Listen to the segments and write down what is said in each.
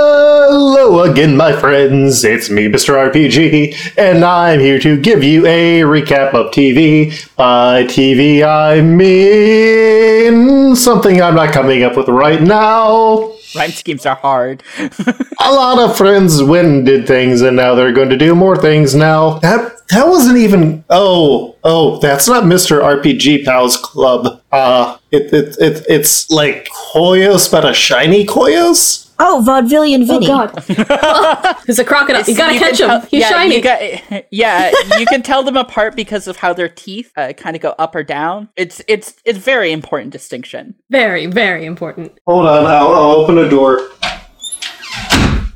Hello again, my friends. It's me, Mr. RPG, and I'm here to give you a recap of TV. By TV, I mean something I'm not coming up with right now. Rhyme schemes are hard. A lot of friends went and did things, and now they're going to do more things now. That that wasn't even. Oh, oh, that's not Mr. RPG Pals Club. Uh, it, it, it it's like Koyos, but a shiny Koyos. Oh, vaudevillian Oh Vinny. god. There's a crocodile. You gotta catch him. can tell- He's yeah, shiny. You got, yeah, you can tell them apart because of how their teeth uh, kind of go up or down. It's it's it's very important distinction. very, very important. Hold on, I'll, I'll open a door.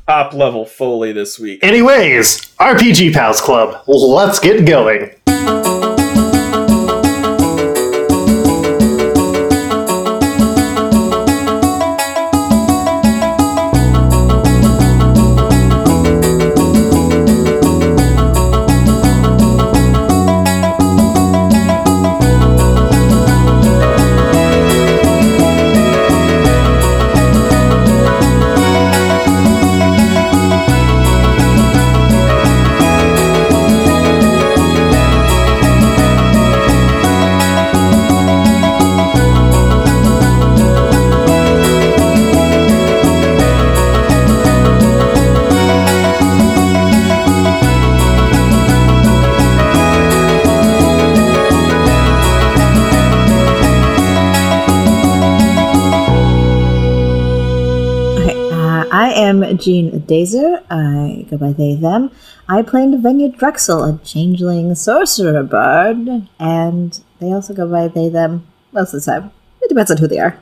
top level Foley this week. Anyways, RPG Pals Club, let's get going. Okay, uh, I am Jean Dazer. I go by they, them. I play Venya Drexel, a changeling sorcerer bard, and they also go by they, them most of the time. It depends on who they are.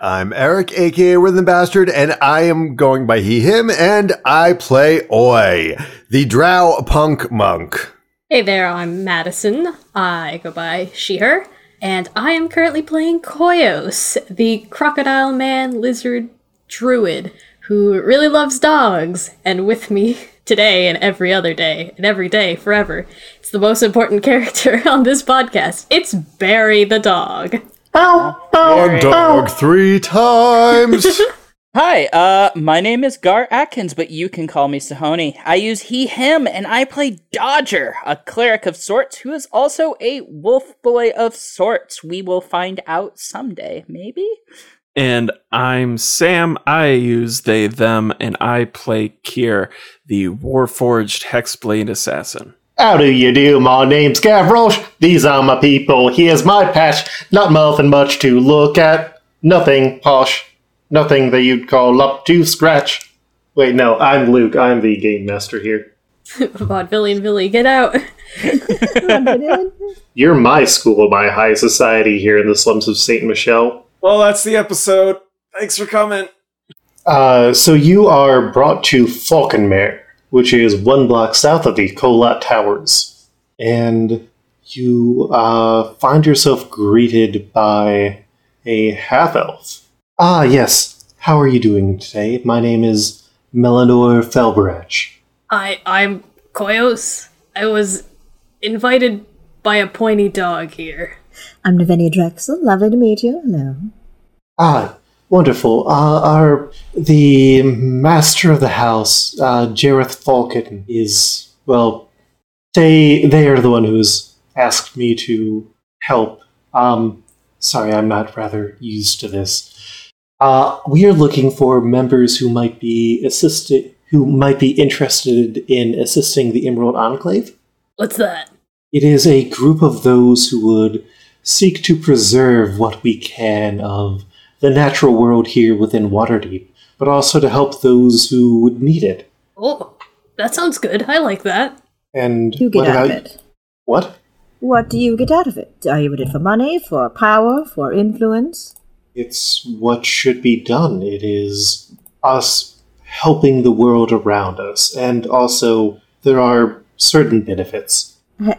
I'm Eric, aka Rhythm Bastard, and I am going by he, him, and I play Oi, the Drow Punk Monk. Hey there, I'm Madison. I go by she, her, and I am currently playing Koyos, the crocodile man lizard druid who really loves dogs, and with me today and every other day, and every day forever. It's the most important character on this podcast. It's Barry the dog. On dog three times. Hi, uh, my name is Gar Atkins, but you can call me Sahoni. I use he, him, and I play Dodger, a cleric of sorts who is also a wolf boy of sorts. We will find out someday, maybe? And I'm Sam. I use they, them, and I play Kier, the Warforged Hexblade Assassin. How do you do? My name's Gavroche. These are my people. Here's my patch. Not nothing much to look at. Nothing posh. Nothing that you'd call up to scratch. Wait, no, I'm Luke. I'm the game master here. Vaudevillian Billy, get out. You're my school, my high society here in the slums of St. Michel. Well, that's the episode. Thanks for coming. Uh, so you are brought to Falkenmere, which is one block south of the Colat Towers, and you uh, find yourself greeted by a half elf. Ah, yes. How are you doing today? My name is Melanor Felbrach. I I'm Koyos. I was invited by a pointy dog here. I'm Venya Drexel. Lovely to meet you. Hello. Ah, wonderful. Uh, our the master of the house, uh, Jareth Falcon, is well. They they are the one who's asked me to help. Um, sorry, I'm not rather used to this. Uh, we are looking for members who might be assisted, who might be interested in assisting the Emerald Enclave. What's that? It is a group of those who would seek to preserve what we can of the natural world here within Waterdeep, but also to help those who would need it. Oh, that sounds good. I like that. And You get what out of about- it. What? What do you get out of it? Are you in it for money, for power, for influence? It's what should be done. It is us helping the world around us, and also there are certain benefits. Uh, Then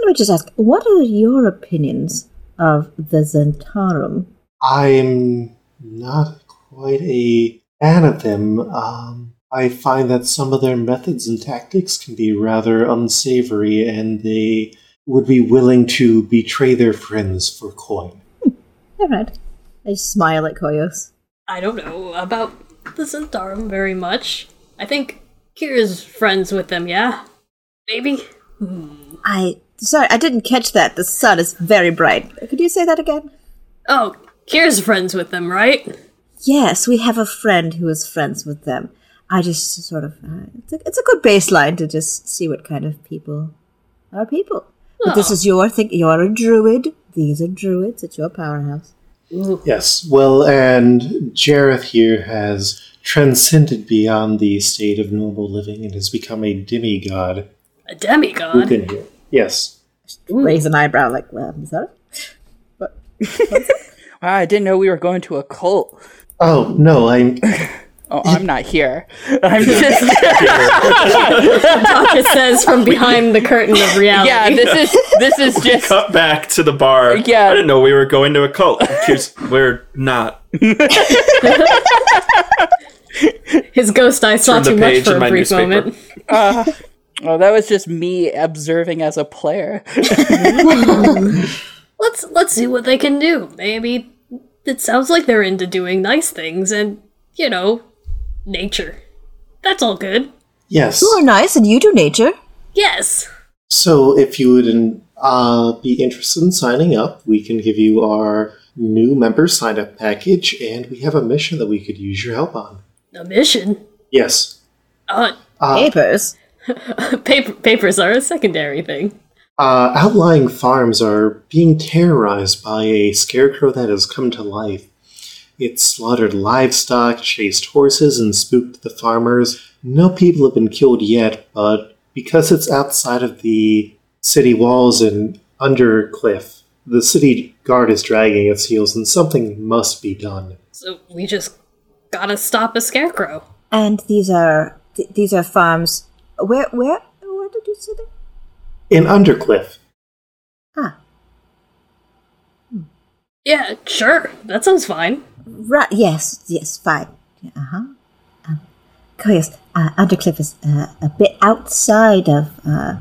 let me just ask, what are your opinions of the Zentarum? I'm not quite a fan of them. Um, I find that some of their methods and tactics can be rather unsavory, and they would be willing to betray their friends for coin. All right. I smile at Koyos. I don't know about the Zentarum very much. I think Kira's friends with them, yeah? Maybe? I sorry, I didn't catch that. The sun is very bright. Could you say that again? Oh, Kira's friends with them, right? Yes, we have a friend who is friends with them. I just sort of uh, it's a, it's a good baseline to just see what kind of people are people. But this Oh. is your thing. You're a druid. These are druids. It's your powerhouse. Yes, well, and Jareth here has transcended beyond the state of normal living and has become a demigod A demigod? within here. Yes. Raise an eyebrow, like, well, I'm sorry. Wow, Ah, I didn't know we were going to a cult. Oh, no, I'm. Oh, I'm not here. I'm just Tasha says from behind the curtain of reality. yeah. This is this is just Cut back to the bar. Yeah. I didn't know we were going to a cult. Cheers. we're not. His ghost eye saw Turn the too much page for in a my brief newspaper. moment. oh, that was just me observing as a player. Let's let's see what they can do. Maybe it sounds like they're into doing nice things and, you know, nature. That's all good. Yes. You are nice, and you do nature. Yes. So, if you would uh, be interested in signing up, we can give you our new member sign up package, and we have a mission that we could use your help on. A mission. Yes. Uh, Uh, Papers. paper, papers are a secondary thing. uh, outlying farms are being terrorized by a scarecrow that has come to life. It slaughtered livestock, chased horses, and spooked the farmers. No people have been killed yet, but because it's outside of the city walls and under a cliff, the city guard is dragging its heels, and something must be done. So we just gotta stop a scarecrow. And these are th- these are farms. Where where where did you say that? In Undercliff, Ah, Yeah, sure. That sounds fine. right. Yes, yes, fine. Uh huh. Um, curious. Uh, Undercliff is uh, a bit outside of uh,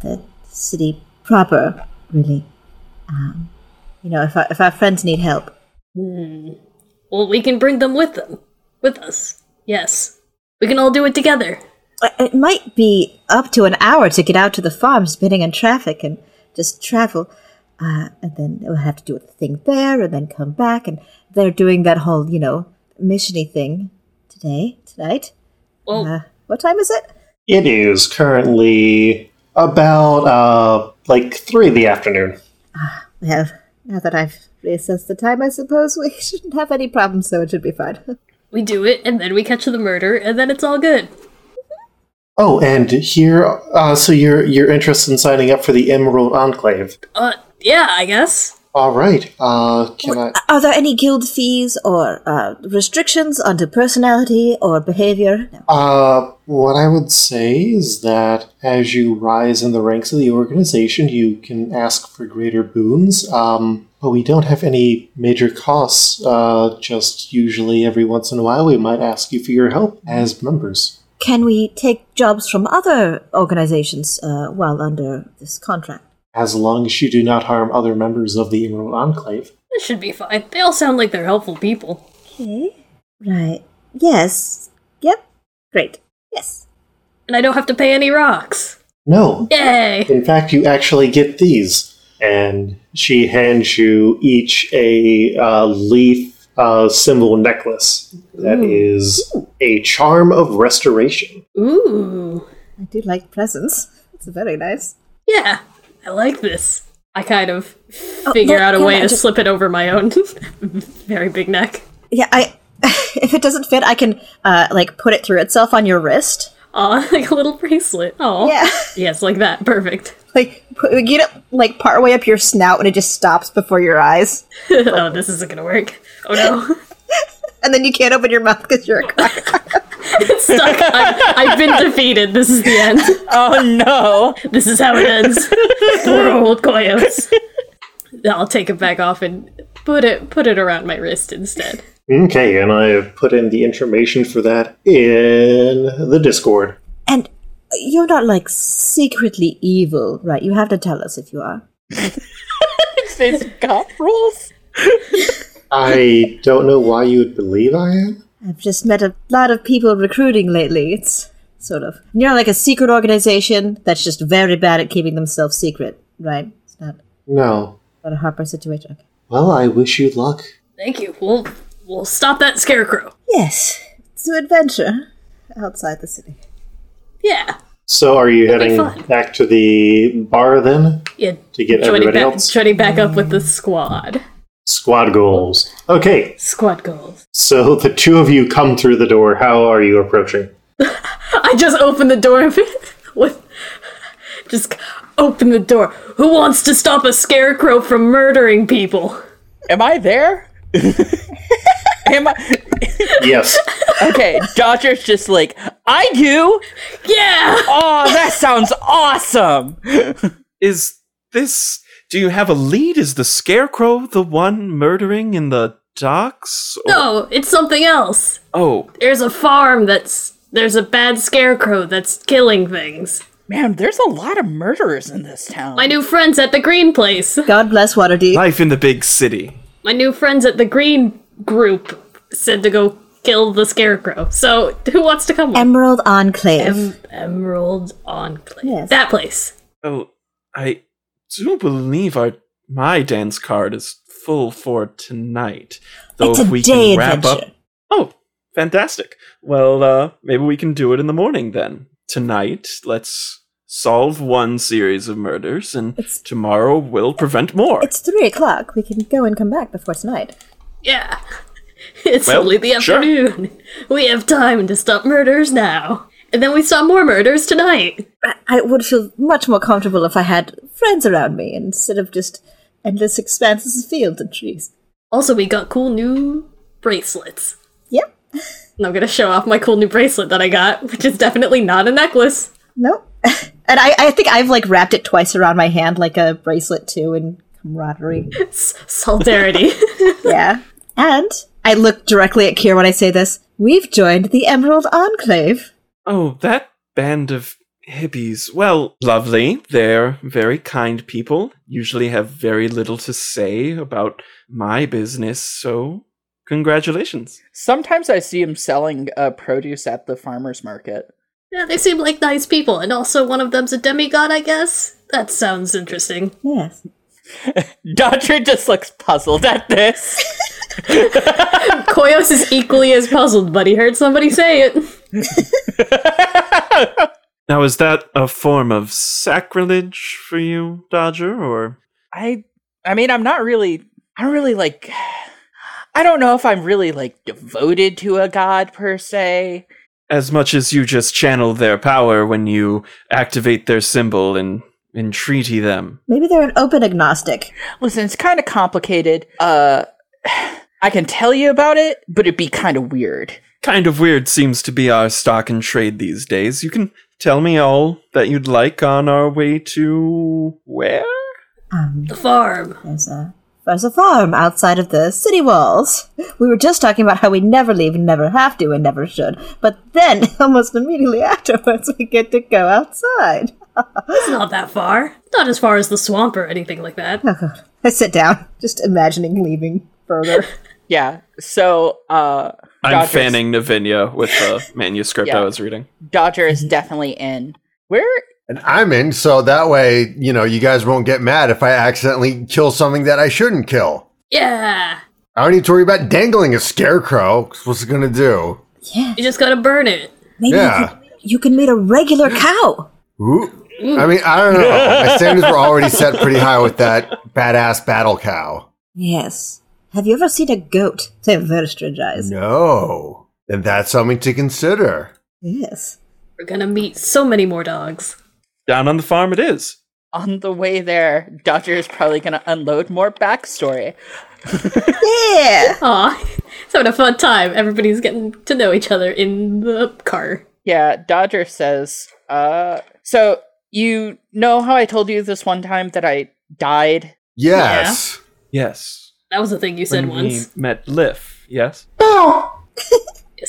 the city proper, really. Um, you know, if our, if our friends need help, Well, we can bring them with them. With us. Yes. We can all do it together. Uh, It might be up to an hour to get out to the farm, spinning in traffic and just travel. Uh, and then we'll have to do a thing there and then come back. And they're doing that whole, you know, missiony thing today, tonight. Well, Uh, what time is it? it is currently about uh, like three in the afternoon. Well, now that I've reassessed the time, I suppose we shouldn't have any problems, so it should be fine. we do it, and then we catch the murder, and then it's all good. Oh, and here, uh, so you're you're interested in signing up for the Emerald Enclave? Uh, yeah, I guess. All right. Uh, can I? Are there any guild fees or uh, restrictions onto personality or behavior? No. Uh, what I would say is that as you rise in the ranks of the organization, you can ask for greater boons. Um, but we don't have any major costs. Uh, just usually every once in a while, we might ask you for your help as members. Can we take jobs from other organizations uh, while under this contract? As long as you do not harm other members of the Emerald Enclave. This should be fine. They all sound like they're helpful people. Okay. Right. Yes. Yep. Great. Yes. And I don't have to pay any rocks. No, Yay! In fact, you actually get these. And she hands you each a uh, leaf uh, symbol necklace that is a charm of restoration. Ooh. I do like presents. It's very nice. Yeah, I like this. I kind of Oh, figure look, out a yeah, way I to just- slip it over my own very big neck. Yeah, I if it doesn't fit, I can uh like put it through itself on your wrist. Aw, like a little bracelet. Oh. Yeah. Yes, like that. Perfect. Like put, get it like part way up your snout and it just stops before your eyes. oh, this isn't gonna work. Oh no. And then you can't open your mouth cuz you're a cock. It's stuck. I've, I've been defeated. This is the end. Oh no! This is how it ends. Poor old coyotes. I'll take it back off and put it put it around my wrist instead. Okay, and I have put in the information for that in the Discord. and you're not like secretly evil, right? You have to tell us if you are. It's got rules. I don't know why you would believe I am. I've just met a lot of people recruiting lately. It's sort of you know like a secret organization that's just very bad at keeping themselves secret, right? It's not No. not a Harper situation. Okay. Well, I wish you luck. Thank you. We'll we'll stop that scarecrow. Yes, to adventure outside the city. Yeah. So, are you be heading fun. back to the bar then Yeah. to get Joining everybody back, else? joining back up with the squad. Squad goals. Okay, Squad goals. so the two of you come through the door. How are you approaching? I just opened the door with just open the door. Who wants to stop a scarecrow from murdering people? Am I there? Am I? Yes. Okay, Dodger's just like, I do. Yeah. Oh, that sounds awesome. Is this. Do you have a lead? Is the scarecrow the one murdering in the docks? Or- No, it's something else. Oh, There's a farm that's there's a bad scarecrow that's killing things. Man, there's a lot of murderers in this town. My new friends at the green place. God bless Waterdeep. life in the big city. My new friends at the green group said to go kill the scarecrow. So who wants to come with? Emerald Enclave. Em- Emerald Enclave. Yes. That place. Well, Oh, I do believe our my dance card is full for tonight. Though it's if a we day can wrap adventure. up Oh, fantastic. Well, uh maybe we can do it in the morning then. Tonight, let's solve one series of murders and It's- tomorrow we'll prevent more. It's three o'clock. We can go and come back before tonight. Yeah. It's Well, only the sure. afternoon. We have time to stop murders now. And then we stop more murders tonight. I- I would feel much more comfortable if I had friends around me instead of just endless expanses of fields and trees. Also, we got cool new bracelets. Yep. And I'm gonna show off my cool new bracelet that I got, which is definitely not a necklace. Nope. and I, I think I've like wrapped it twice around my hand like a bracelet too in camaraderie. S- solidarity. yeah. And I look directly at Kier when I say this. We've joined the Emerald Enclave. Oh, that band of hippies. Well, lovely. They're very kind people, usually have very little to say about my business, so congratulations. Sometimes I see him selling uh, produce at the farmer's market. yeah, they seem like nice people, and also one of them's a demigod, I guess? That sounds interesting. Yes. Dodger just looks puzzled at this. Koyos is equally as puzzled, but he heard somebody say it. Now, is that a form of sacrilege for you, Dodger, or I, I mean, I'm not really, I'm really like, I don't know if I'm really like devoted to a god per se. as much as you just channel their power when you activate their symbol and entreaty them? Maybe they're an open agnostic. Listen, it's kind of complicated. Uh, I can tell you about it, but it'd be kind of weird. Kind of weird seems to be our stock and trade these days. You can tell me all that you'd like on our way to where? Um, The farm. There's a there's a farm outside of the city walls. We were just talking about how we never leave and never have to and never should, but then almost immediately afterwards we get to go outside. It's not that far. Not as far as the swamp or anything like that. Oh god. I sit down, just imagining leaving further. Yeah. So, uh, I'm Dodger's- fanning Navinia with the manuscript Yeah. I was reading. Dodger is definitely in. Where? And I'm in, so that way, you know, you guys won't get mad if I accidentally kill something that I shouldn't kill. Yeah. I don't need to worry about dangling a scarecrow. 'cause What's it gonna do? yeah. You just gotta burn it. Maybe Yeah. you, could, you can meet a regular cow. Ooh. I mean, I don't know. My standards were already set pretty high with that badass battle cow. Yes. Have you ever seen a goat? They have very strange eyes. No. Then that's something to consider. Yes. We're gonna meet so many more dogs. Down on the farm it is. On the way there, Dodger is probably going to unload more backstory. Yeah. Aw. It's having a fun time. Everybody's getting to know each other in the car. Yeah, Dodger says, uh, so you know how I told you this one time that I died? Yes. Yes. That was the thing you said When we once. met Liff, yes? Yes,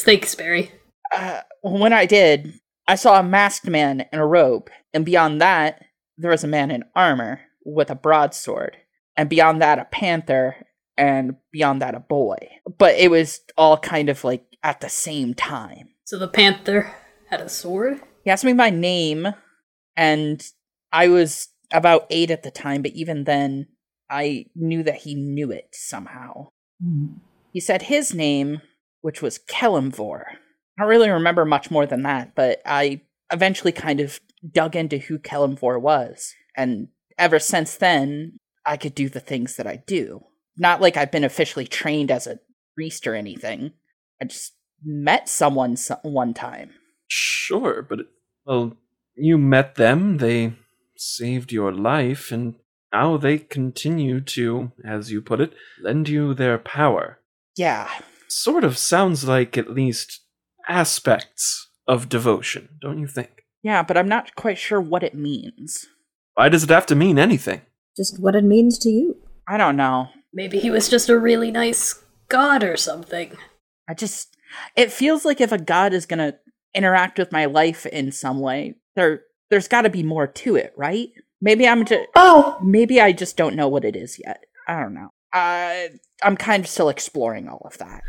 thanks, Barry. Uh, when I did, I saw a masked man in a robe, and beyond that, there was a man in armor with a broadsword, and beyond that, a panther, and beyond that, a boy. But it was all kind of like at the same time. So the panther had a sword. He asked me my name, and I was about eight at the time, but even then, I knew that he knew it somehow. Hmm. He said his name, which was Kellamvor. I don't really remember much more than that, but I eventually kind of dug into who Kellamvor was. And ever since then, I could do the things that I do. Not like I've been officially trained as a priest or anything. I just met someone so- one time. Sure, but well, you met them, they saved your life, and now they continue to, as you put it, lend you their power. Yeah. Sort of sounds like at least aspects of devotion, don't you think? Yeah, but I'm not quite sure what it means. Why does it have to mean anything? Just what it means to you. I don't know. Maybe he was just a really nice god or something. I just it feels like if a god is going to interact with my life in some way, there there's got to be more to it, right? Maybe I'm just Oh, maybe I just don't know what it is yet. I don't know. I I'm kind of still exploring all of that.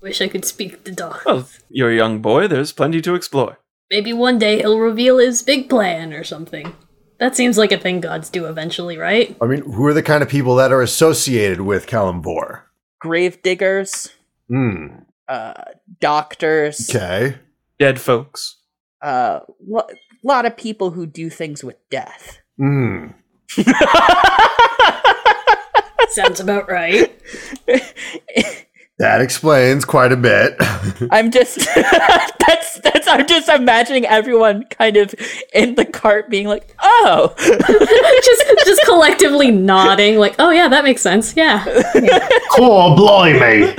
Wish I could speak to Dog. Well, you're a young boy, there's plenty to explore. Maybe one day he'll reveal his big plan or something. That seems like a thing gods do eventually, right? I mean, who are the kind of people that are associated with Kalimbor? Grave diggers, Hmm. uh doctors, Okay. Dead folks. uh lo- lot of people who do things with death. Hmm. Sounds about right. That explains quite a bit. I'm just that's that's I'm just imagining everyone kind of in the cart being like, "Oh, just just collectively nodding, like, oh yeah, that makes sense. Yeah. core blimey.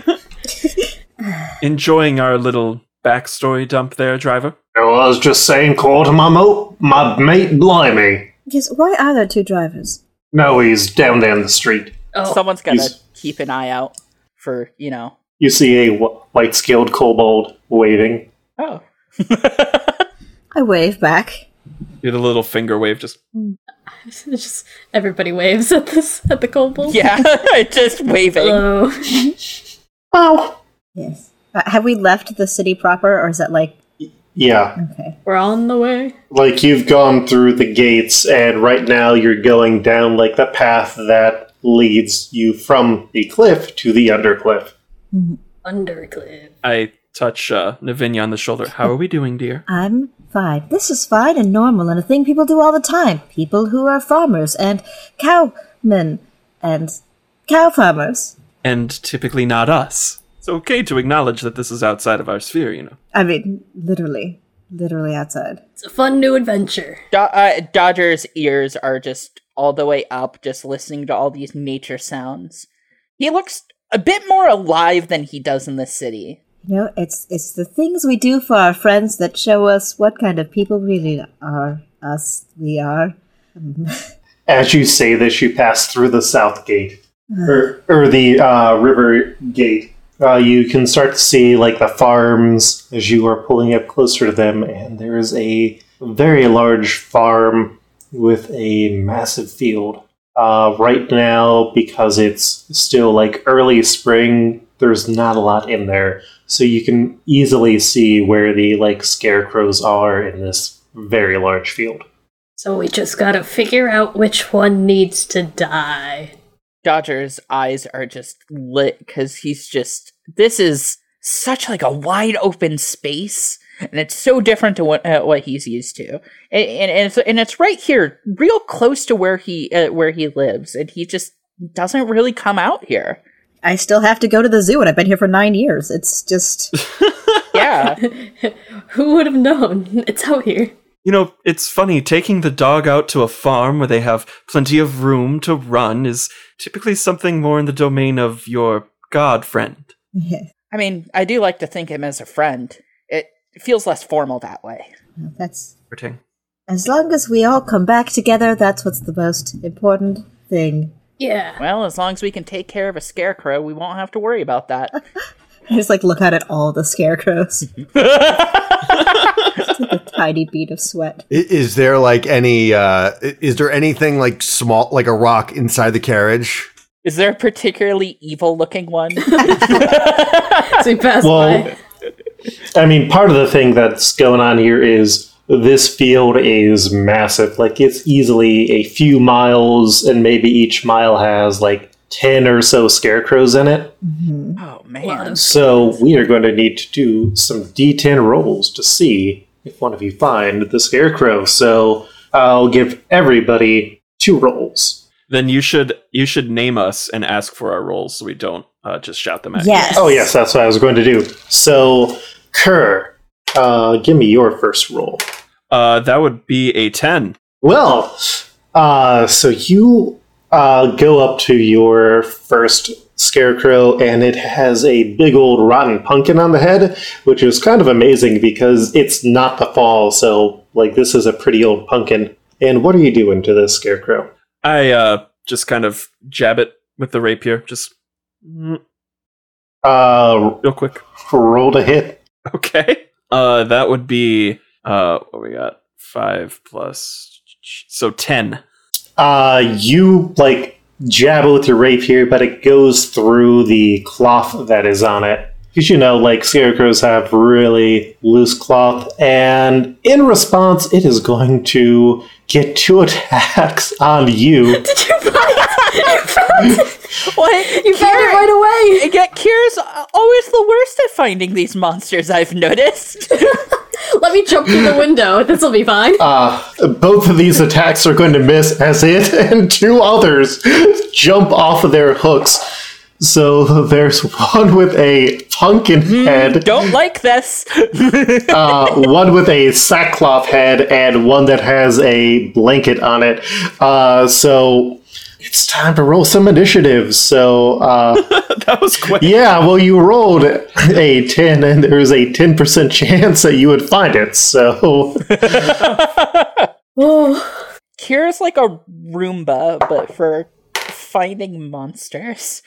Enjoying our little backstory dump there, driver? I was just saying core to my, mo- my mate blimey. Yes, why are there two drivers? No, he's down there in the street. Oh, someone's got to he's- keep an eye out for, you know." You see a wh- white scaled kobold waving. Oh. I wave back. Did a little finger wave, just it's just everybody waves at this at the kobold. yeah, just waving. Hello. Oh. Yes. Uh, have we left the city proper, or is that like Yeah. okay? We're on the way. Like you've gone through the gates, and right now you're going down like the path that leads you from the cliff to the undercliff. Undercliff. I touch uh, Navinia on the shoulder. How are we doing, dear? I'm fine. This is fine and normal and a thing people do all the time. People who are farmers and cowmen and cow farmers. And typically not us. It's okay to acknowledge that this is outside of our sphere, you know. I mean, literally, literally outside. It's a fun new adventure. Do- uh, Dodger's ears are just all the way up just listening to all these nature sounds. He looks a bit more alive than he does in the city. You know, it's it's the things we do for our friends that show us what kind of people really are. Us, we are. As you say this, you pass through the south gate, or, or the uh, river gate. Uh, you can start to see like the farms as you are pulling up closer to them, and there is a very large farm with a massive field. Uh, right now, because it's still like early spring, there's not a lot in there, so you can easily see where the like scarecrows are in this very large field. So we just gotta figure out which one needs to die. Dodger's eyes are just lit because he's just this is such like a wide open space, and it's so different to what uh, what he's used to, and, and, and it's and it's right here, real close to where he uh, where he lives, and he just doesn't really come out here. I still have to go to the zoo, and I've been here for nine years. It's just Yeah, Who would have known? It's out here. You know, it's funny, taking the dog out to a farm where they have plenty of room to run is typically something more in the domain of your god friend. yeah. I mean, I do like to think him as a friend. It feels less formal that way. Well, That's Everting. as long as we all come back together. That's what's the most important thing. Yeah. Well, as long as we can take care of a scarecrow, we won't have to worry about that. I just like look out at all the scarecrows. It's like a tiny bead of sweat. I- is there like any uh i- is there anything like small like a rock inside the carriage? Is there a particularly evil looking one? So he passed Well, by. I mean, part of the thing that's going on here is this field is massive. Like, it's easily a few miles, and maybe each mile has like 10 or so scarecrows in it. oh Well, man. So, we are going to need to do some d10 rolls to see if one of you find the scarecrow. So, I'll give everybody two rolls. Then you should you should name us and ask for our roles so we don't uh, just shout them at you. Yes. Oh, yes, that's what I was going to do. So, Kerr, uh, give me your first roll. Uh, that would be a ten. Well, uh, so you uh, go up to your first scarecrow, and it has a big old rotten pumpkin on the head, which is kind of amazing because it's not the fall, so like this is a pretty old pumpkin. And what are you doing to this scarecrow? I uh, just kind of jab it with the rapier, just mm, Uh, real quick. roll to hit. Okay. Uh, that would be uh, what we got five plus, so ten. Uh, you like jab it with your rapier, but it goes through the cloth that is on it. Because you know, like scarecrows have really loose cloth, and in response, it is going to get two attacks on you. Did you find it? You found it? What? You found it right away. Yet Kira's always the worst at finding these monsters, I've noticed. Let me jump through the window. This will be fine. Both of these attacks are going to miss, as it and two others jump off of their hooks. So there's one with a pumpkin head. Don't like this. uh, one with a sackcloth head and one that has a blanket on it. Uh, so it's time to roll some initiatives. So uh, That was quick. yeah, well, you rolled a ten, and there's a ten percent chance that you would find it. So Oh, Kira's like a Roomba, but for finding monsters.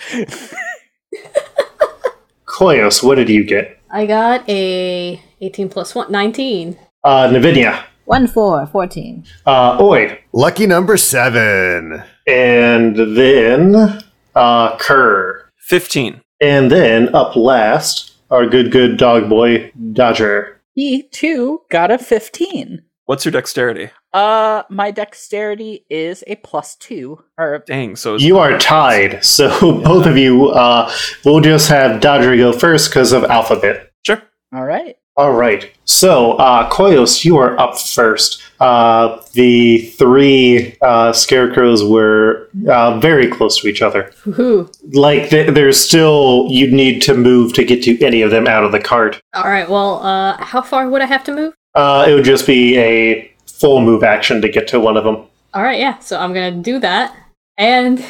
Koyos, what did you get? I got a 18 plus 1, 19. Uh, Navinia, One, four, 14. uh, Oid, Lucky number seven. and then uh, Kerr, Fifteen. and then up last our good good dog boy Dodger. He too got a 15. What's your dexterity? Uh, my dexterity is a plus two. Or Dang. So it's- You are tied, so both of you uh, will just have Dodger go first because of alphabet. sure. all right. All right. So, uh, Koyos, you are up first. Uh, the three uh, scarecrows were uh, very close to each other. Woohoo. Like, th- there's still, you'd need to move to get to any of them out of the cart. All right, well, uh, how far would I have to move? Uh, it would just be a full move action to get to one of them. All right, yeah, so I'm going to do that. And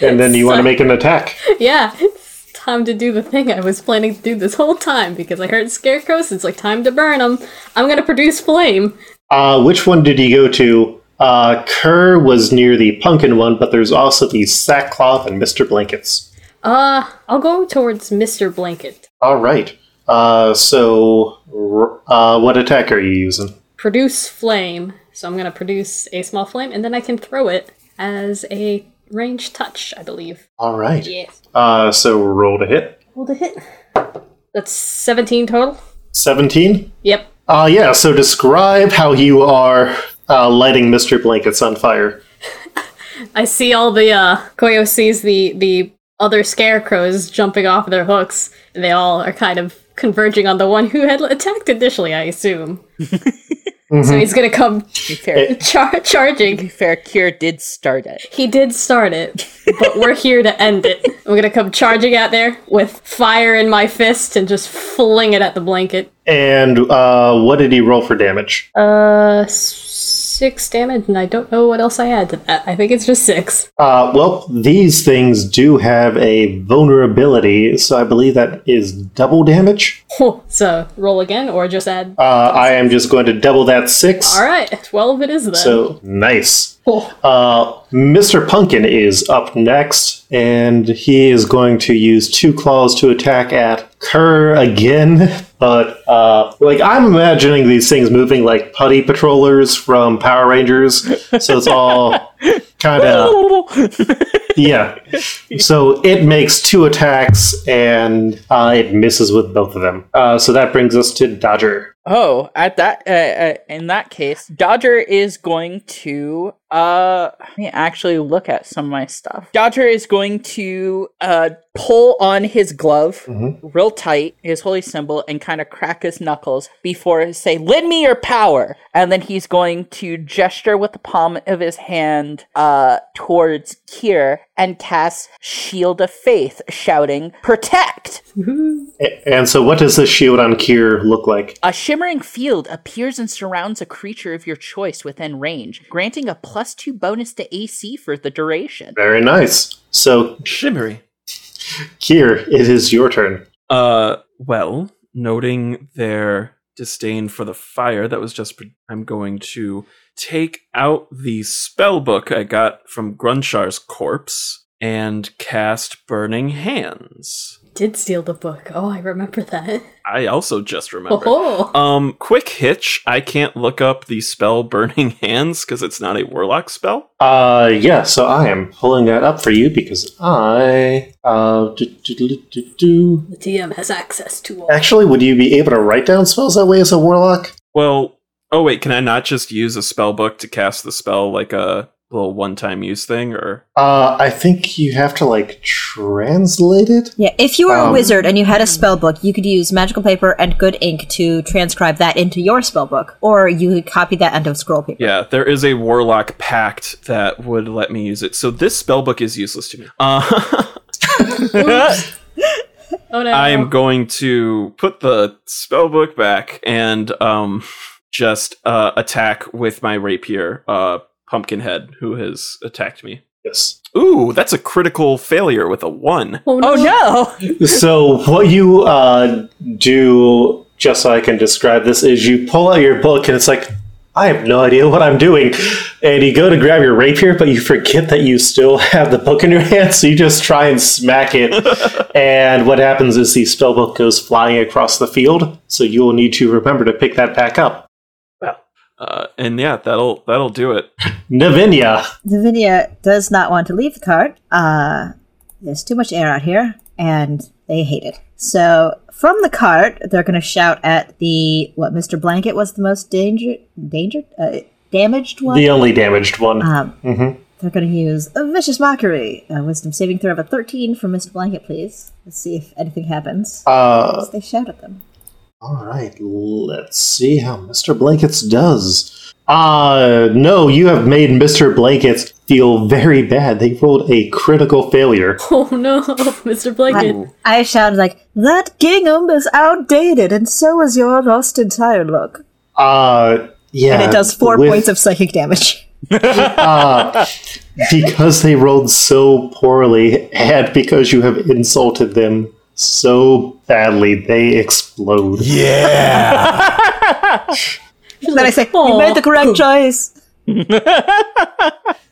And then you want to Sorry. make an attack. yeah, it's time to do the thing I was planning to do this whole time because I heard scarecrows. It's like time to burn them. I'm going to produce flame. Uh, which one did he go to? Uh, Kerr was near the pumpkin one, but there's also the sackcloth and Mr. Blankets. Uh, I'll go towards Mr. Blanket. All right. Uh, so, r- uh, what attack are you using? Produce flame. So I'm going to produce a small flame and then I can throw it as a range touch, I believe. All right. Yes. Uh, so roll to hit. Hold a hit. That's 17 total. 17? Yep. Uh, yeah, so describe how you are uh, lighting Mr. Blankets on fire. I see all the uh Koyo sees the the other scarecrows jumping off their hooks. They all are kind of converging on the one who had attacked initially, I assume. So he's gonna come To be fair, char- to be charging. fair, Kira did start it. He did start it, but we're here to end it. I'm gonna come charging out there with fire in my fist and just fling it at the blanket. And uh, what did he roll for damage? Uh, s- six damage, and I don't know what else I add to that. I think it's just six. Uh, well, these things do have a vulnerability, so I believe that is double damage. So roll again, or just add. Uh, I am just going to double that six. All right, twelve it is then. So nice. Cool. Uh, Mr. Pumpkin is up next, and he is going to use two claws to attack at Kerr again. But uh, like I'm imagining these things moving like putty patrollers from Power Rangers, so it's all kind of yeah. So it makes two attacks and uh, it misses with both of them. Uh, so that brings us to Dodger. Oh, at that uh, uh, in that case, Dodger is going to uh let me actually look at some of my stuff. Dodger is going to uh pull on his glove real tight, his holy symbol, and kind of crack his knuckles before say, "Lend me your power," and then he's going to gesture with the palm of his hand uh towards Kier and cast Shield of Faith, shouting, "Protect!" A- And so, what does the shield on Kier look like? A shimmering field appears and surrounds a creature of your choice within range, granting a plus two bonus to AC for the duration. Very nice. So, Shimmery. Kier, it is your turn. Uh, well, noting their disdain for the fire that was just, pre- I'm going to take out the spell book I got from Grunshar's corpse and cast Burning Hands. Did steal the book. Oh, I remember that. I also just remembered. Oh, Um, quick hitch. I can't look up the spell Burning Hands because it's not a warlock spell. Uh, yeah, so I am pulling that up for you because I. Uh, do, do, do, do, do. the DM has access to all. Actually, would you be able to write down spells that way as a warlock? Well, oh wait, can I not just use a spell book to cast the spell like a little one-time use thing? Or Uh, I think you have to, like, translate it. Yeah, if you were a Um, wizard and you had a spell book, you could use magical paper and good ink to transcribe that into your spell book, or you could copy that onto scroll paper. yeah, there is a warlock pact that would let me use it. So this spell book is useless to me. Uh, Oh no. I am going to put the spell book back and um, just uh, attack with my rapier, uh, Pumpkinhead, who has attacked me. Yes. Ooh, that's a critical failure with a one. Oh no. Oh no! So what you uh, do, just so I can describe this, is you pull out your book and it's like, I have no idea what I'm doing, and you go to grab your rapier, but you forget that you still have the book in your hand, so you just try and smack it. and what happens is the spell book goes flying across the field, so you will need to remember to pick that back up. Uh, and yeah, that'll that'll do it. Navinia, Lavinia does not want to leave the cart. Uh, there's too much air out here, and they hate it. So from the cart, they're going to shout at the what Mr. Blanket was the most danger, danger, uh, damaged one. the only damaged one. um, They're going to use a vicious mockery. A wisdom saving throw of a 13 from Mr. Blanket, please. Let's see if anything happens. Uh, They shout at them. All right, let's see how Mr. Blankets does. Uh, no, you have made Mr. Blankets feel very bad. They rolled a critical failure. Oh no, Mr. Blanket. I shouted like, "That gingham is outdated, and so is your lost entire look." Uh, yeah. And it does four with- points of psychic damage. Because they rolled so poorly, and because you have insulted them so badly, they explode. Yeah. Then I say, "Aw." "You made the correct choice."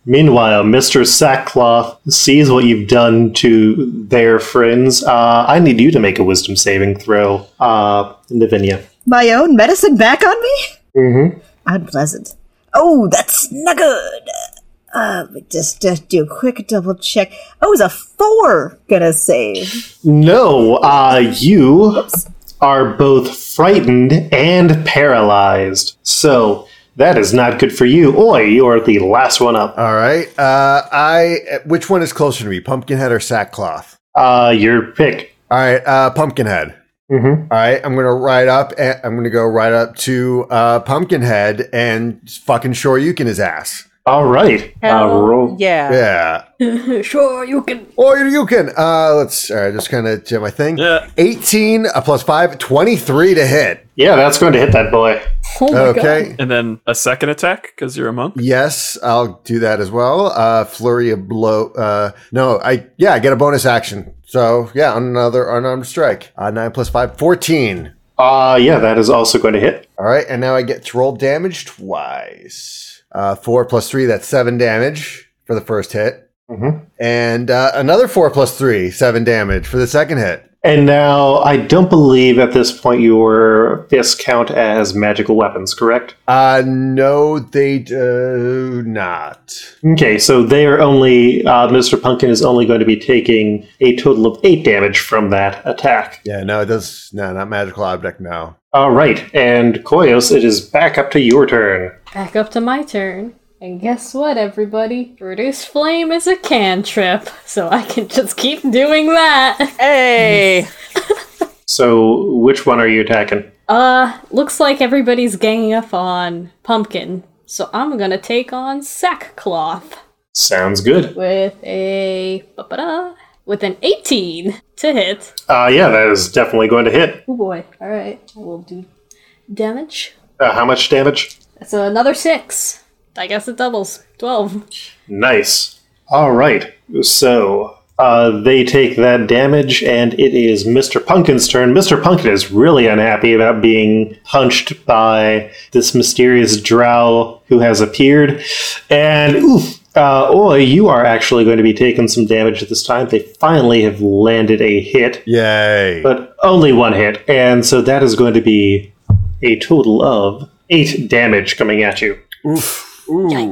Meanwhile, Mr. Sackcloth sees what you've done to their friends. Uh, I need you to make a wisdom saving throw, uh, Lavinia. My own medicine back on me. Mm-hmm. Unpleasant. Oh, that's not good. Uh, but just, just do a quick double check. Oh, is a four gonna save? No, uh, you are both frightened and paralyzed. So that is not good for you. Oi, you are the last one up. All right. Uh, I. Which one is closer to me, Pumpkinhead or Sackcloth? Uh, your pick. All right. Uh, Pumpkinhead. Mm-hmm. All right, I'm gonna ride up. And I'm gonna go right up to uh, Pumpkinhead and fucking Shoryuken his ass. All right. Uh, roll. Yeah. Yeah. sure, you can. Or Yuken. Uh, let's. All right, just kind of do my thing. Yeah. 18 uh, plus 5, 23 to hit. Yeah, that's going to hit that boy. Oh my okay. And then a second attack because you're a monk. Yes, I'll do that as well. Uh, flurry of blow. Uh, no, I yeah, I get a bonus action. So yeah, another unarmed strike. Uh, nine plus five, 14. Uh, yeah, that is also going to hit. All right, and now I get to roll damage twice. Uh, four plus three, that's seven damage for the first hit, Mhm. Mm-hmm. and uh, another four plus three, seven damage for the second hit. And now, I don't believe at this point your fists count as magical weapons, correct? Uh, no, they do not. Okay, so they are only uh, Mr. Pumpkin is only going to be taking a total of eight damage from that attack. Yeah, no, it does. No, not magical object. No. All right, and Koyos, it is back up to your turn. Back up to my turn. And guess what, everybody? Reduce flame is a cantrip, so I can just keep doing that. Hey! So, which one are you attacking? Uh, looks like everybody's ganging up on Pumpkin, so I'm gonna take on Sackcloth Sounds good. with a ba-ba-da, with an 18 to hit. Uh, yeah, that is definitely going to hit. Oh boy! All right, I will do damage. Uh, how much damage? So another six. I guess it doubles. Twelve. Nice. All right, so uh, they take that damage, and it is Mr. Pumpkin's turn. Mr. Pumpkin is really unhappy about being punched by this mysterious drow who has appeared. And, oof, uh, Oi, you are actually going to be taking some damage at this time. They finally have landed a hit. Yay! but only one hit, and so that is going to be a total of eight damage coming at you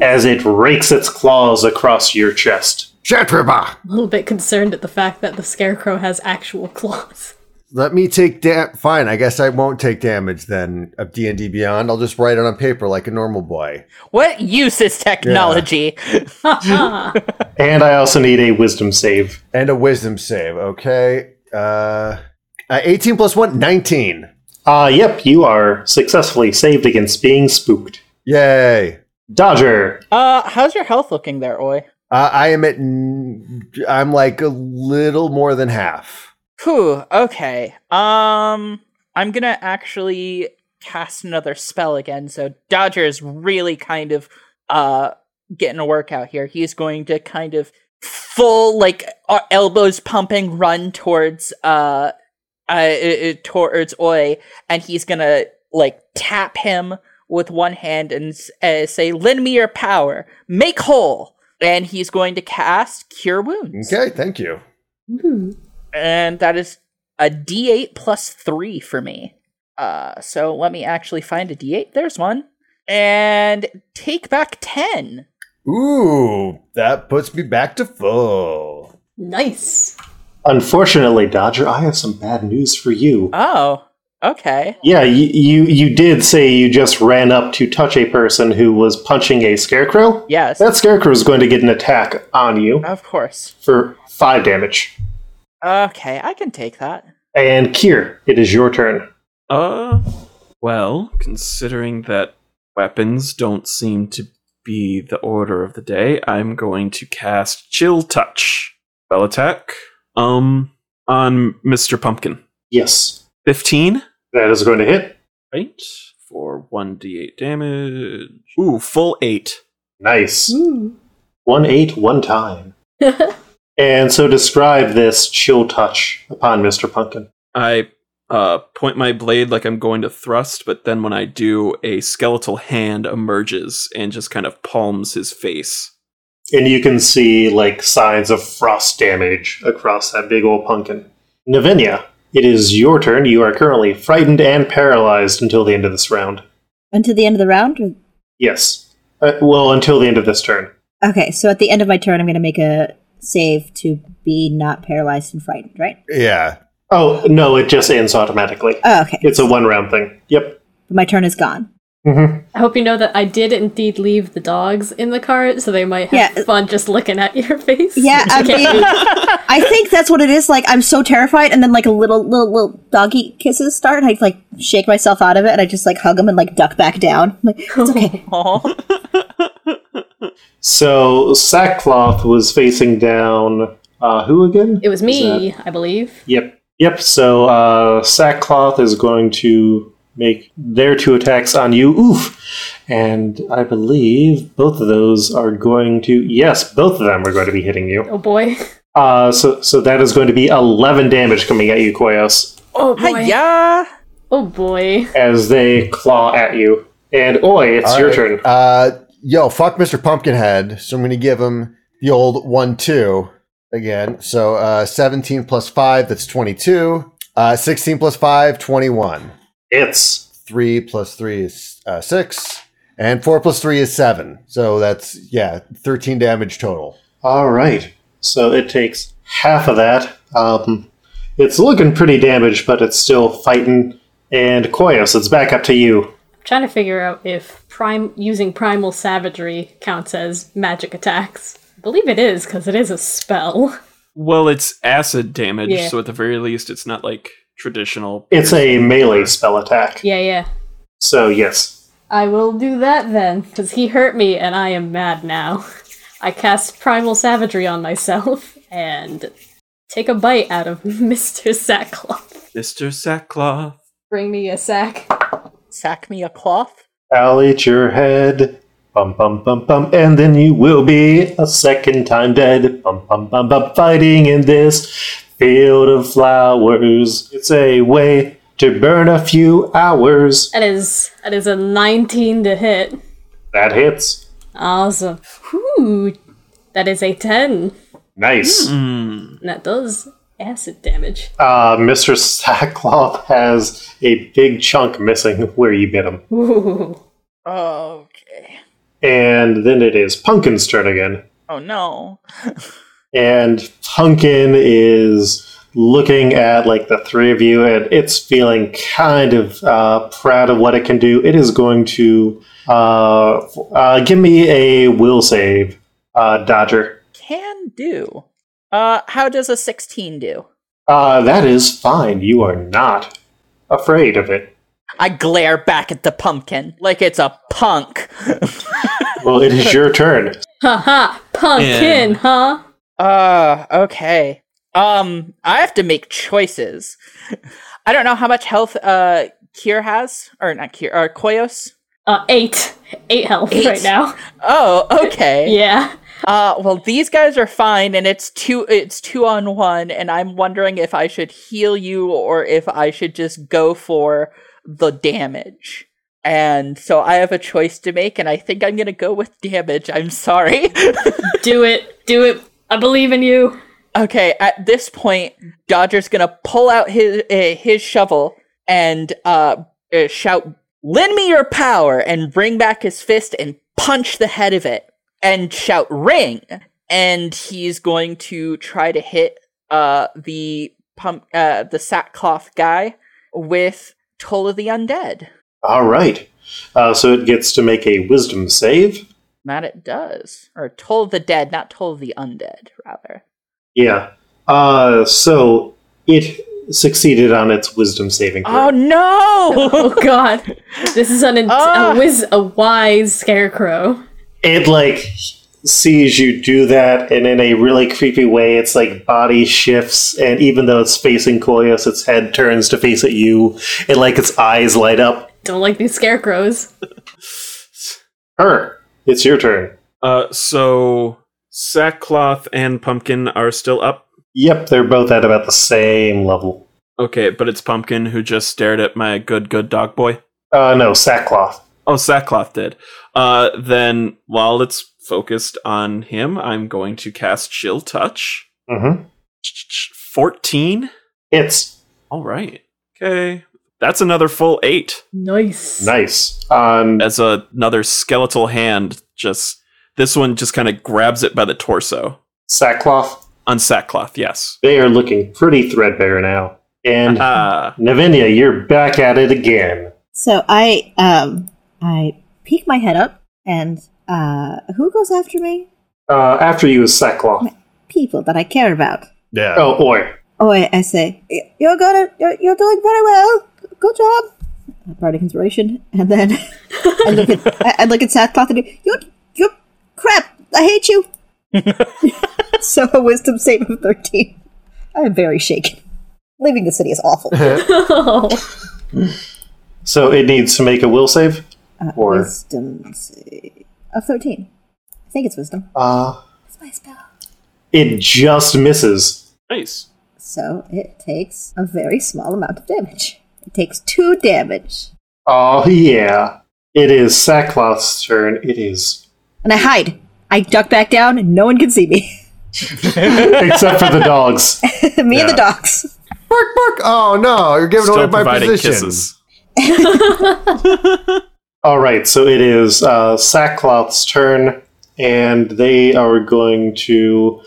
as it rakes its claws across your chest. Shatriba! A little bit concerned at the fact that the scarecrow has actual claws. Let me take da- Fine, I guess I won't take damage then of D and D Beyond. I'll just write it on paper like a normal boy. What use is technology? And I also need a wisdom save. And a wisdom save, okay? Uh, uh, 18 plus 1, 19. Ah, yep, you are successfully saved against being spooked. Yay. Dodger, Uh, how's your health looking there, Oi? Uh, I am at, n- I'm like a little more than half. Whew, okay. Um, I'm gonna actually cast another spell again, so Dodger is really kind of, uh, getting a workout here. He's going to kind of full, like, uh, elbows pumping run towards, uh, uh, uh, towards Oi, and he's gonna, like, tap him with one hand and s- uh, say, Lend me your power, make whole! And he's going to cast Cure Wounds Okay, thank you. and that is a d8 plus 3 for me. Uh, so let me actually find a d8. There's one. And take back 10. Ooh, that puts me back to full. Nice. unfortunately, Dodger, I have some bad news for you. Oh, okay. Yeah, you, you you did say you just ran up to touch a person who was punching a scarecrow. Yes, That scarecrow is going to get an attack on you of course. for five damage. Okay, I can take that. And Kier, it is your turn. Uh, well, considering that weapons don't seem to be the order of the day, I'm going to cast Chill Touch. Spell attack. Um, on Mr. Pumpkin. Yes, 15, that is going to hit. right? For 1d8 damage. Ooh, full 8. Nice. Hmm. One eight, one time. and so describe this chill touch upon Mr. Pumpkin. I uh, point my blade like I'm going to thrust, but then when I do, a skeletal hand emerges and just kind of palms his face. And you can see, like, signs of frost damage across that big old pumpkin. Navinia, it is your turn. You are currently frightened and paralyzed until the end of this round. Until the end of the round? or- Yes. Uh, well, until the end of this turn. Okay, so at the end of my turn, I'm going to make a save to be not paralyzed and frightened, right? Yeah. Oh, no, it just ends automatically. Oh, okay. It's a one round thing. Yep. my turn is gone. Mm-hmm. I hope you know that I did indeed leave the dogs in the cart, so they might have Yeah. fun just looking at your face. Yeah, I Okay. mean, I think that's what it is. Like, I'm so terrified, and then like a little, little, little doggy kisses start, and I like shake myself out of it, and I just like hug him and like duck back down. I'm like, it's okay. Aw. So sackcloth was facing down uh, who again? It was me, Is that- I believe. Yep. Yep. So uh, sackcloth is going to make their two attacks on you. Oof. And I believe both of those are going to. Yes, both of them are going to be hitting you. Oh boy. Uh, so so that is going to be eleven damage coming at you, Koyos, Oh boy. Hiya! Oh boy. as they claw at you. And oi, it's your All turn. right. Uh, yo, fuck Mr. Pumpkinhead. So I'm going to give him the old 1 2. again. So uh, 17 plus 5, that's 22. Uh, 16 plus 5, 21. It's 3 plus 3 is uh, 6. And 4 plus 3 is 7. So that's, yeah, 13 damage total. all right. So it takes half of that. Um, it's looking pretty damaged, but it's still fighting. And Koyos, it's back up to you. I'm trying to figure out if prime using primal savagery counts as magic attacks. I believe it is because it is a spell. Well, it's acid damage, Yeah. so at the very least, it's not like traditional. It's a melee spell attack. Yeah, yeah. So yes, I will do that then because he hurt me and I am mad now. I cast primal savagery on myself and take a bite out of Mr. Sackcloth. Mr. Sackcloth. Bring me a sack. Sack me a cloth. I'll eat your head. Bum bum bum bum, and then you will be a second time dead. Bum bum bum bum, fighting in this field of flowers. It's a way to burn a few hours. That is that is a 19 to hit. That hits. Awesome. Whew. That is a 10. Nice. And Mm. that does acid damage. Uh, Mr. Sackcloth has a big chunk missing where you bit him. Ooh. Okay. And then it is Pumpkin's turn again. Oh no. And Pumpkin is looking at like the three of you and it's feeling kind of uh, proud of what it can do. It is going to uh, f- uh, give me a will save, uh, Dodger. Can do. Uh, how does a 16 do? Uh, that is fine. You are not afraid of it. I glare back at the pumpkin like it's a punk. Well, it is your turn. Ha ha! Pumpkin, huh? Uh, okay. Um, I have to make choices. I don't know how much health uh Kier has, or not Kier, or Koyos. Uh, eight. Eight health Eight? right now. Oh, okay. Yeah. Uh, well, these guys are fine, and it's two. It's two on one, and I'm wondering if I should heal you or if I should just go for the damage. And so I have a choice to make, and I think I'm gonna go with damage. I'm sorry. Do it. Do it. I believe in you. Okay, at this point, Dodger's gonna pull out his uh, his shovel and uh, uh, shout, "Lend me your power!" and bring back his fist and punch the head of it and shout, "Ring!" And he's going to try to hit uh, the pump uh, the sackcloth guy with Toll of the Undead. All right. Uh, so it gets to make a wisdom save. That it does, or Toll of the Dead, not Toll of the Undead, rather. Yeah. Uh, so it succeeded on its wisdom saving throw. Oh no! Oh god. This is an int- Ah. a, wiz- a wise scarecrow. it like sees you do that and in a really creepy way its like body shifts and even though it's facing koyos its head turns to face at you and like its eyes light up Don't like these scarecrows. her it's your turn Uh, so sackcloth and pumpkin are still up. yep they're both at about the same level Okay, but it's pumpkin who just stared at my good good dog boy. uh no sackcloth Oh, sackcloth did. Uh, then while it's focused on him, I'm going to cast chill touch. mm-hmm. Fourteen. it's All right. Okay. That's another full eight. Nice. nice um As a, another skeletal hand, just this one just kind of grabs it by the torso. sackcloth On sackcloth, yes. they are looking pretty threadbare now and Ah, navinia you're back at it again So I um I peek my head up and uh who goes after me? uh after you is sackcloth People that I care about. Yeah. oh oi Oh, I, I say "Y- you're gonna you're, you're doing very well. Good job. Bardic inspiration, and then I look at I, I look at sackcloth and do you you crap. I hate you. so a wisdom save of thirteen. I am very shaken. Leaving the city is awful. Uh, so it needs to make a will save or Wisdom save of thirteen. I think it's wisdom. Uh, It's my spell. it just misses. nice. So it takes a very small amount of damage. It takes two damage. Oh, yeah. It is Sackcloth's turn. It is. And I hide. I duck back down and no one can see me. Except for the dogs. Me and the Yeah. dogs. Bark, bark. Oh no, you're giving Still away my providing position. kisses. All right, so it is uh, Sackcloth's turn, and they are going to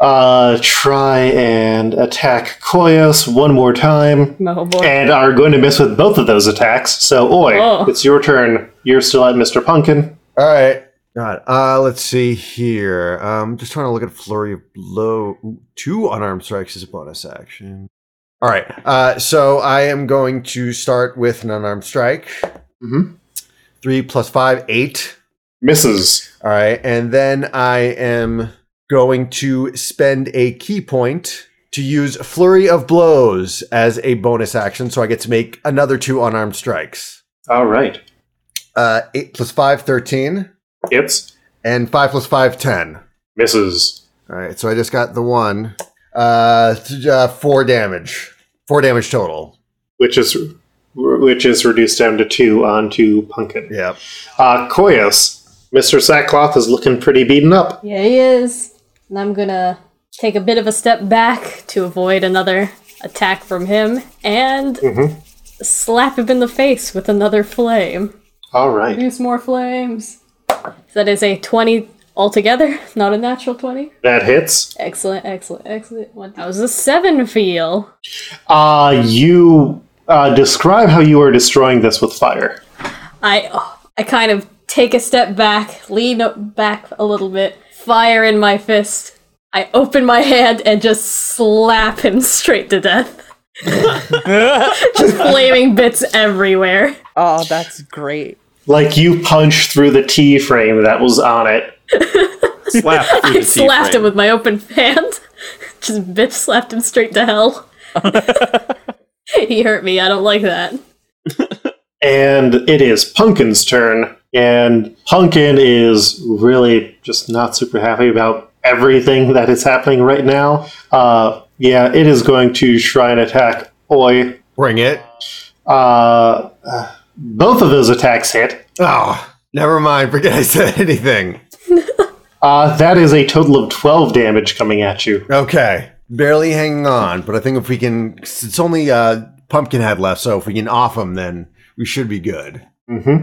uh, try and attack Koyos one more time, Oh Eh. boy. and are going to miss with both of those attacks. So, Oi, Oh. it's your turn. You're still at Mr. Punkin. All right. God. Uh, let's see here. I'm just trying to look at flurry of blow. Ooh, Two unarmed strikes is a bonus action. All right. Uh, so I am going to start with an unarmed strike. Mm-hmm. Mhm. Three plus five, eight. Misses. All right. And then I am going to spend a key point to use flurry of blows as a bonus action, so I get to make another two unarmed strikes. All right. Uh, eight plus five, 13. It's And five plus five, 10. misses. All right, so I just got the one. Uh, th- uh four damage. Four damage total. Which is which is reduced down to two onto Punkin. Yeah. Uh, Koyos, Mr. Sackcloth is looking pretty beaten up. Yeah, he is. And I'm gonna take a bit of a step back to avoid another attack from him and slap him in the face with another flame. All right. Use more flames. That is a 20 altogether, not a natural 20. That hits. Excellent, excellent, excellent. One. That was a 7 feel. Uh, you uh, describe how you are destroying this with fire. I oh, I kind of take a step back, lean o- back a little bit, fire in my fist. I open my hand and just slap him straight to death. just flaming bits everywhere. Oh, that's great. Like you punch through the T frame that was on it. Slap through the I slapped T-frame. him with my open hand. just bitch slapped him straight to hell. he hurt me. I don't like that. And it is Punkin's turn. And Punkin is really just not super happy about everything that is happening right now. Uh, yeah, it is going to try and attack Oi. Bring it. Uh, uh, both of those attacks hit. Oh, never mind. Forget I said anything. Uh, that is a total of 12 damage coming at you. Okay. Barely hanging on, but I think if we can, 'cause it's only uh, Pumpkinhead left, so if we can off him, then we should be good. hmm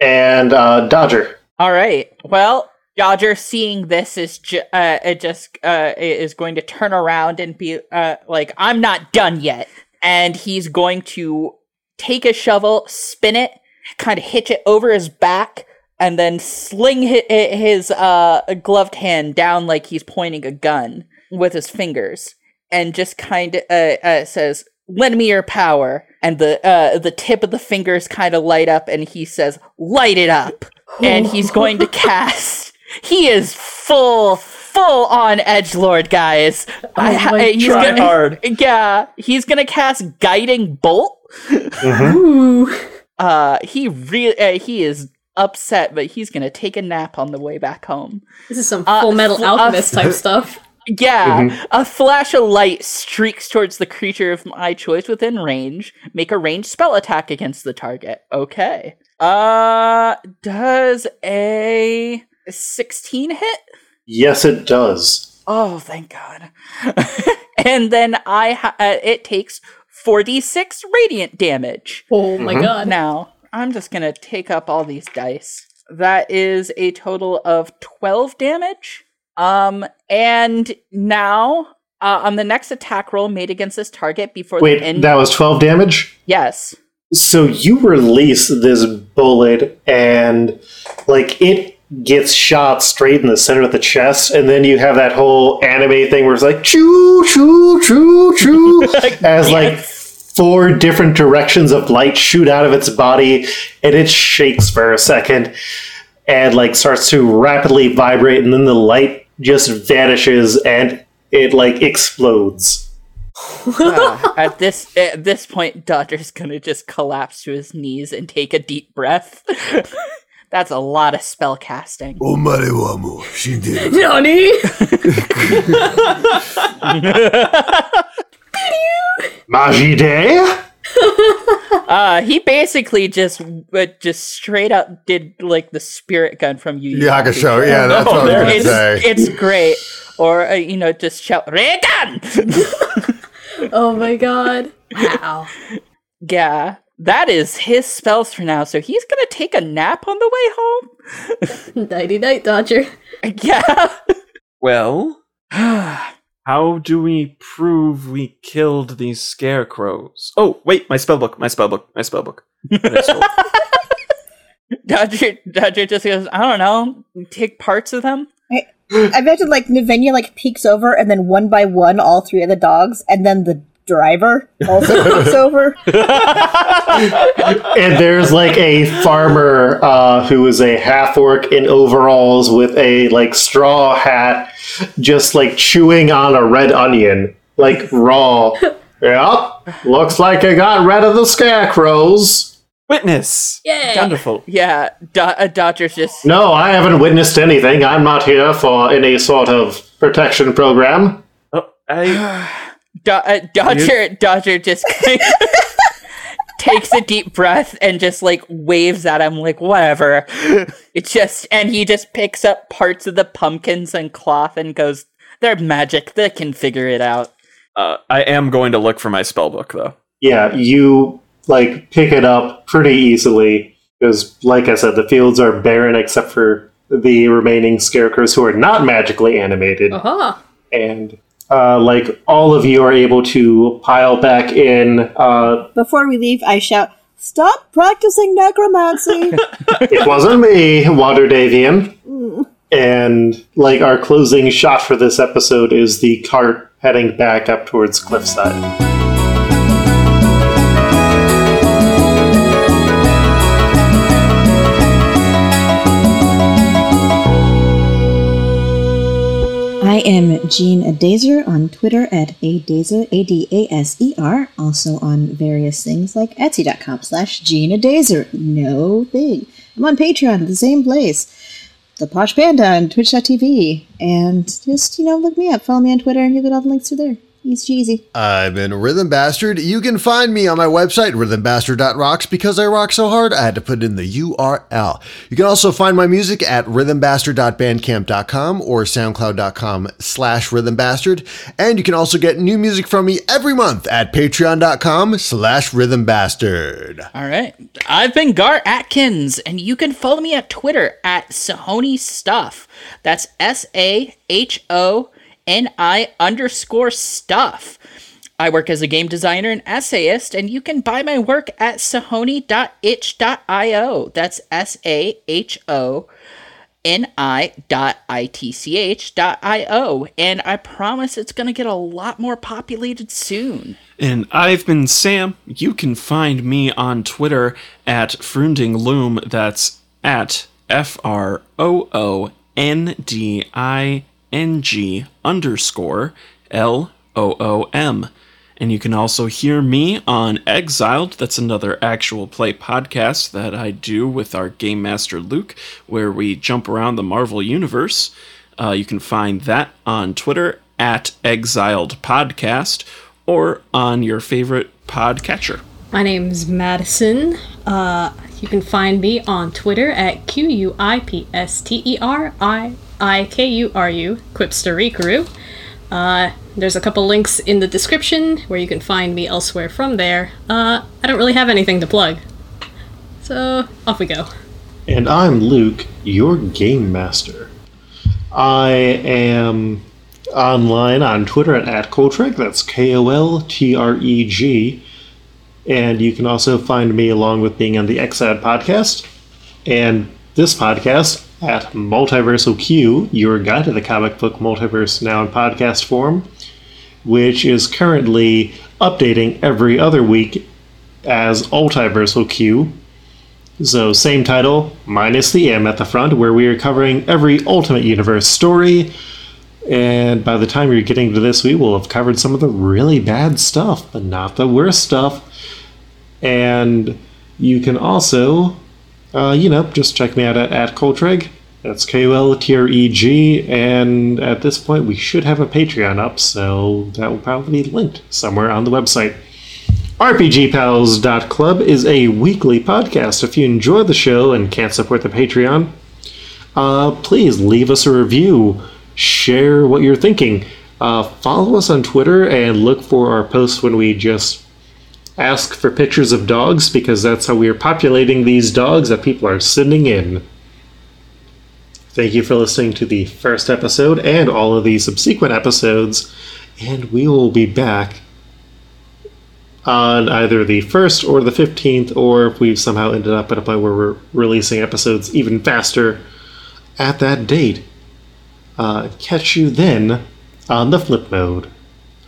And uh, Dodger. All right. Well, Dodger, seeing this is ju- uh, it just uh, is going to turn around and be uh, like, "I'm not done yet," and he's going to take a shovel, spin it, kind of hitch it over his back, and then sling his, his uh, gloved hand down like he's pointing a gun with his fingers, and just kind of uh, uh, says, "Lend me your power." And the uh, the tip of the fingers kind of light up, and he says, "Light it up." and he's going to cast. He is full, full on edge lord, guys. I ha- my he's Try gonna- hard. yeah, he's gonna cast guiding bolt. Ooh. Uh, he really uh, he is upset, but he's gonna take a nap on the way back home. This is some Uh, Full Metal fl- uh, Alchemist type stuff. Yeah, a flash of light streaks towards the creature of my choice within range. Make a ranged spell attack against the target. Okay. Uh, does a sixteen hit? Yes, it does. Oh, thank God. and then I ha- uh, it takes 46 radiant damage. Oh my god. Now, I'm just going to take up all these dice. That is a total of 12 damage. Um and now uh, on the next attack roll made against this target before the Wait, end that was 12 damage? Yes. So you release this bullet, and like it gets shot straight in the center of the chest, and then you have that whole anime thing where it's like choo choo choo choo, as like four different directions of light shoot out of its body, and it shakes for a second, and like starts to rapidly vibrate, and then the light just vanishes, and it like explodes. Uh, at this at this point Dodger's going to just collapse to his knees and take a deep breath. That's a lot of spell casting. Omare wa mo shinderu. Johnny! Magie Day. Uh, he basically just uh, just straight up did like the spirit gun from Yu Yu Yaga show. Yeah, that's what I was there gonna it's, say. it's great. Or uh, you know, just shout Regan. Oh my god. Wow. yeah, that is his spells for now. So he's gonna take a nap on the way home. Nighty night, Dodger. Yeah. Well, how do we prove we killed these scarecrows? Oh, wait, my spellbook, my spellbook, my spellbook. That I stole. Dodger Dodger just goes, I don't know, take parts of them. I imagine like Nivenya like peeks over, and then one by one, all three of the dogs, and then the driver also peeks over. And there's like a farmer uh, who is a half orc in overalls with a like straw hat, just like chewing on a red onion, like raw. yep, looks like I got rid of the scarecrows. Witness! Yay. Wonderful. Yeah, Do- uh, Dodger's just No, I haven't witnessed anything. I'm not here for any sort of protection program. Oh, I, Do- uh, Dodger Dodger just kind of takes a deep breath and just like waves at him like whatever. It's just and he just picks up parts of the pumpkins and cloth and goes, "They're magic. They can figure it out." uh, I am going to look for my spellbook, though. Yeah, you like pick it up pretty easily because, like I said, the fields are barren except for the remaining scarecrows who are not magically animated. Aha. and uh, like all of you are able to pile back in. Uh, Before we leave, I shout, "Stop practicing necromancy!" it wasn't me, Water Davian. And like our closing shot for this episode is the cart heading back up towards Cliffside. I am Jean Adazer on Twitter at Adazer, A-D-A-S-E-R, E also on various things like Etsy.com slash Jean Adazer. No thing. I'm on Patreon, the same place. The Posh Panda on Twitch.tv. And just, you know, look me up. Follow me on Twitter and you'll get all the links through there. Easy cheesy. I've been Rhythm Bastard. You can find me on my website, rhythmbastard.rocks, because I rock so hard, I had to put in the URL. You can also find my music at rhythmbastard.bandcamp.com or soundcloud.com slash rhythmbastard. And you can also get new music from me every month at patreon.com slash rhythmbastard. All right. I've been Gar Atkins, and you can follow me at Twitter at Sahoni Stuff. That's S A H O N I underscore stuff. I work as a game designer and essayist, and you can buy my work at sahoni.itch.io. That's S A H O ni.itch.io. And I promise it's going to get a lot more populated soon. And I've been Sam. You can find me on Twitter at FrundingLoom. That's at F R O O N D I N G underscore L O O M. And you can also hear me on Exiled. That's another actual play podcast that I do with our game master Luke, where we jump around the Marvel Universe. Uh, you can find that on Twitter at Exiled Podcast or on your favorite podcatcher. My name's Madison. Uh, you can find me on Twitter at Q U I P S T E R I I K U R U, Quipsterikaru. Uh, there's a couple links in the description where you can find me elsewhere from there. Uh, I don't really have anything to plug. So, off we go. And I'm Luke, your game master. I am online on Twitter at, at Coltreg. That's K O L T R E G. And you can also find me along with being on the Exad podcast and this podcast at Multiversal Q, your guide to the comic book multiverse now in podcast form, which is currently updating every other week as Altiversal Q. So, same title, minus the M at the front, where we are covering every Ultimate Universe story. And by the time you're getting to this, we will have covered some of the really bad stuff, but not the worst stuff. And you can also, uh, you know, just check me out at, at Coltreg. That's K O L T R E G. And at this point, we should have a Patreon up, so that will probably be linked somewhere on the website. RPGPals.club is a weekly podcast. If you enjoy the show and can't support the Patreon, uh, please leave us a review. Share what you're thinking. Uh, follow us on Twitter and look for our posts when we just ask for pictures of dogs because that's how we are populating these dogs that people are sending in. Thank you for listening to the first episode and all of the subsequent episodes, and we will be back on either the 1st or the 15th, or if we've somehow ended up at a point where we're releasing episodes even faster at that date. Uh, catch you then on the flip mode.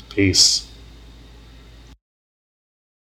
Peace.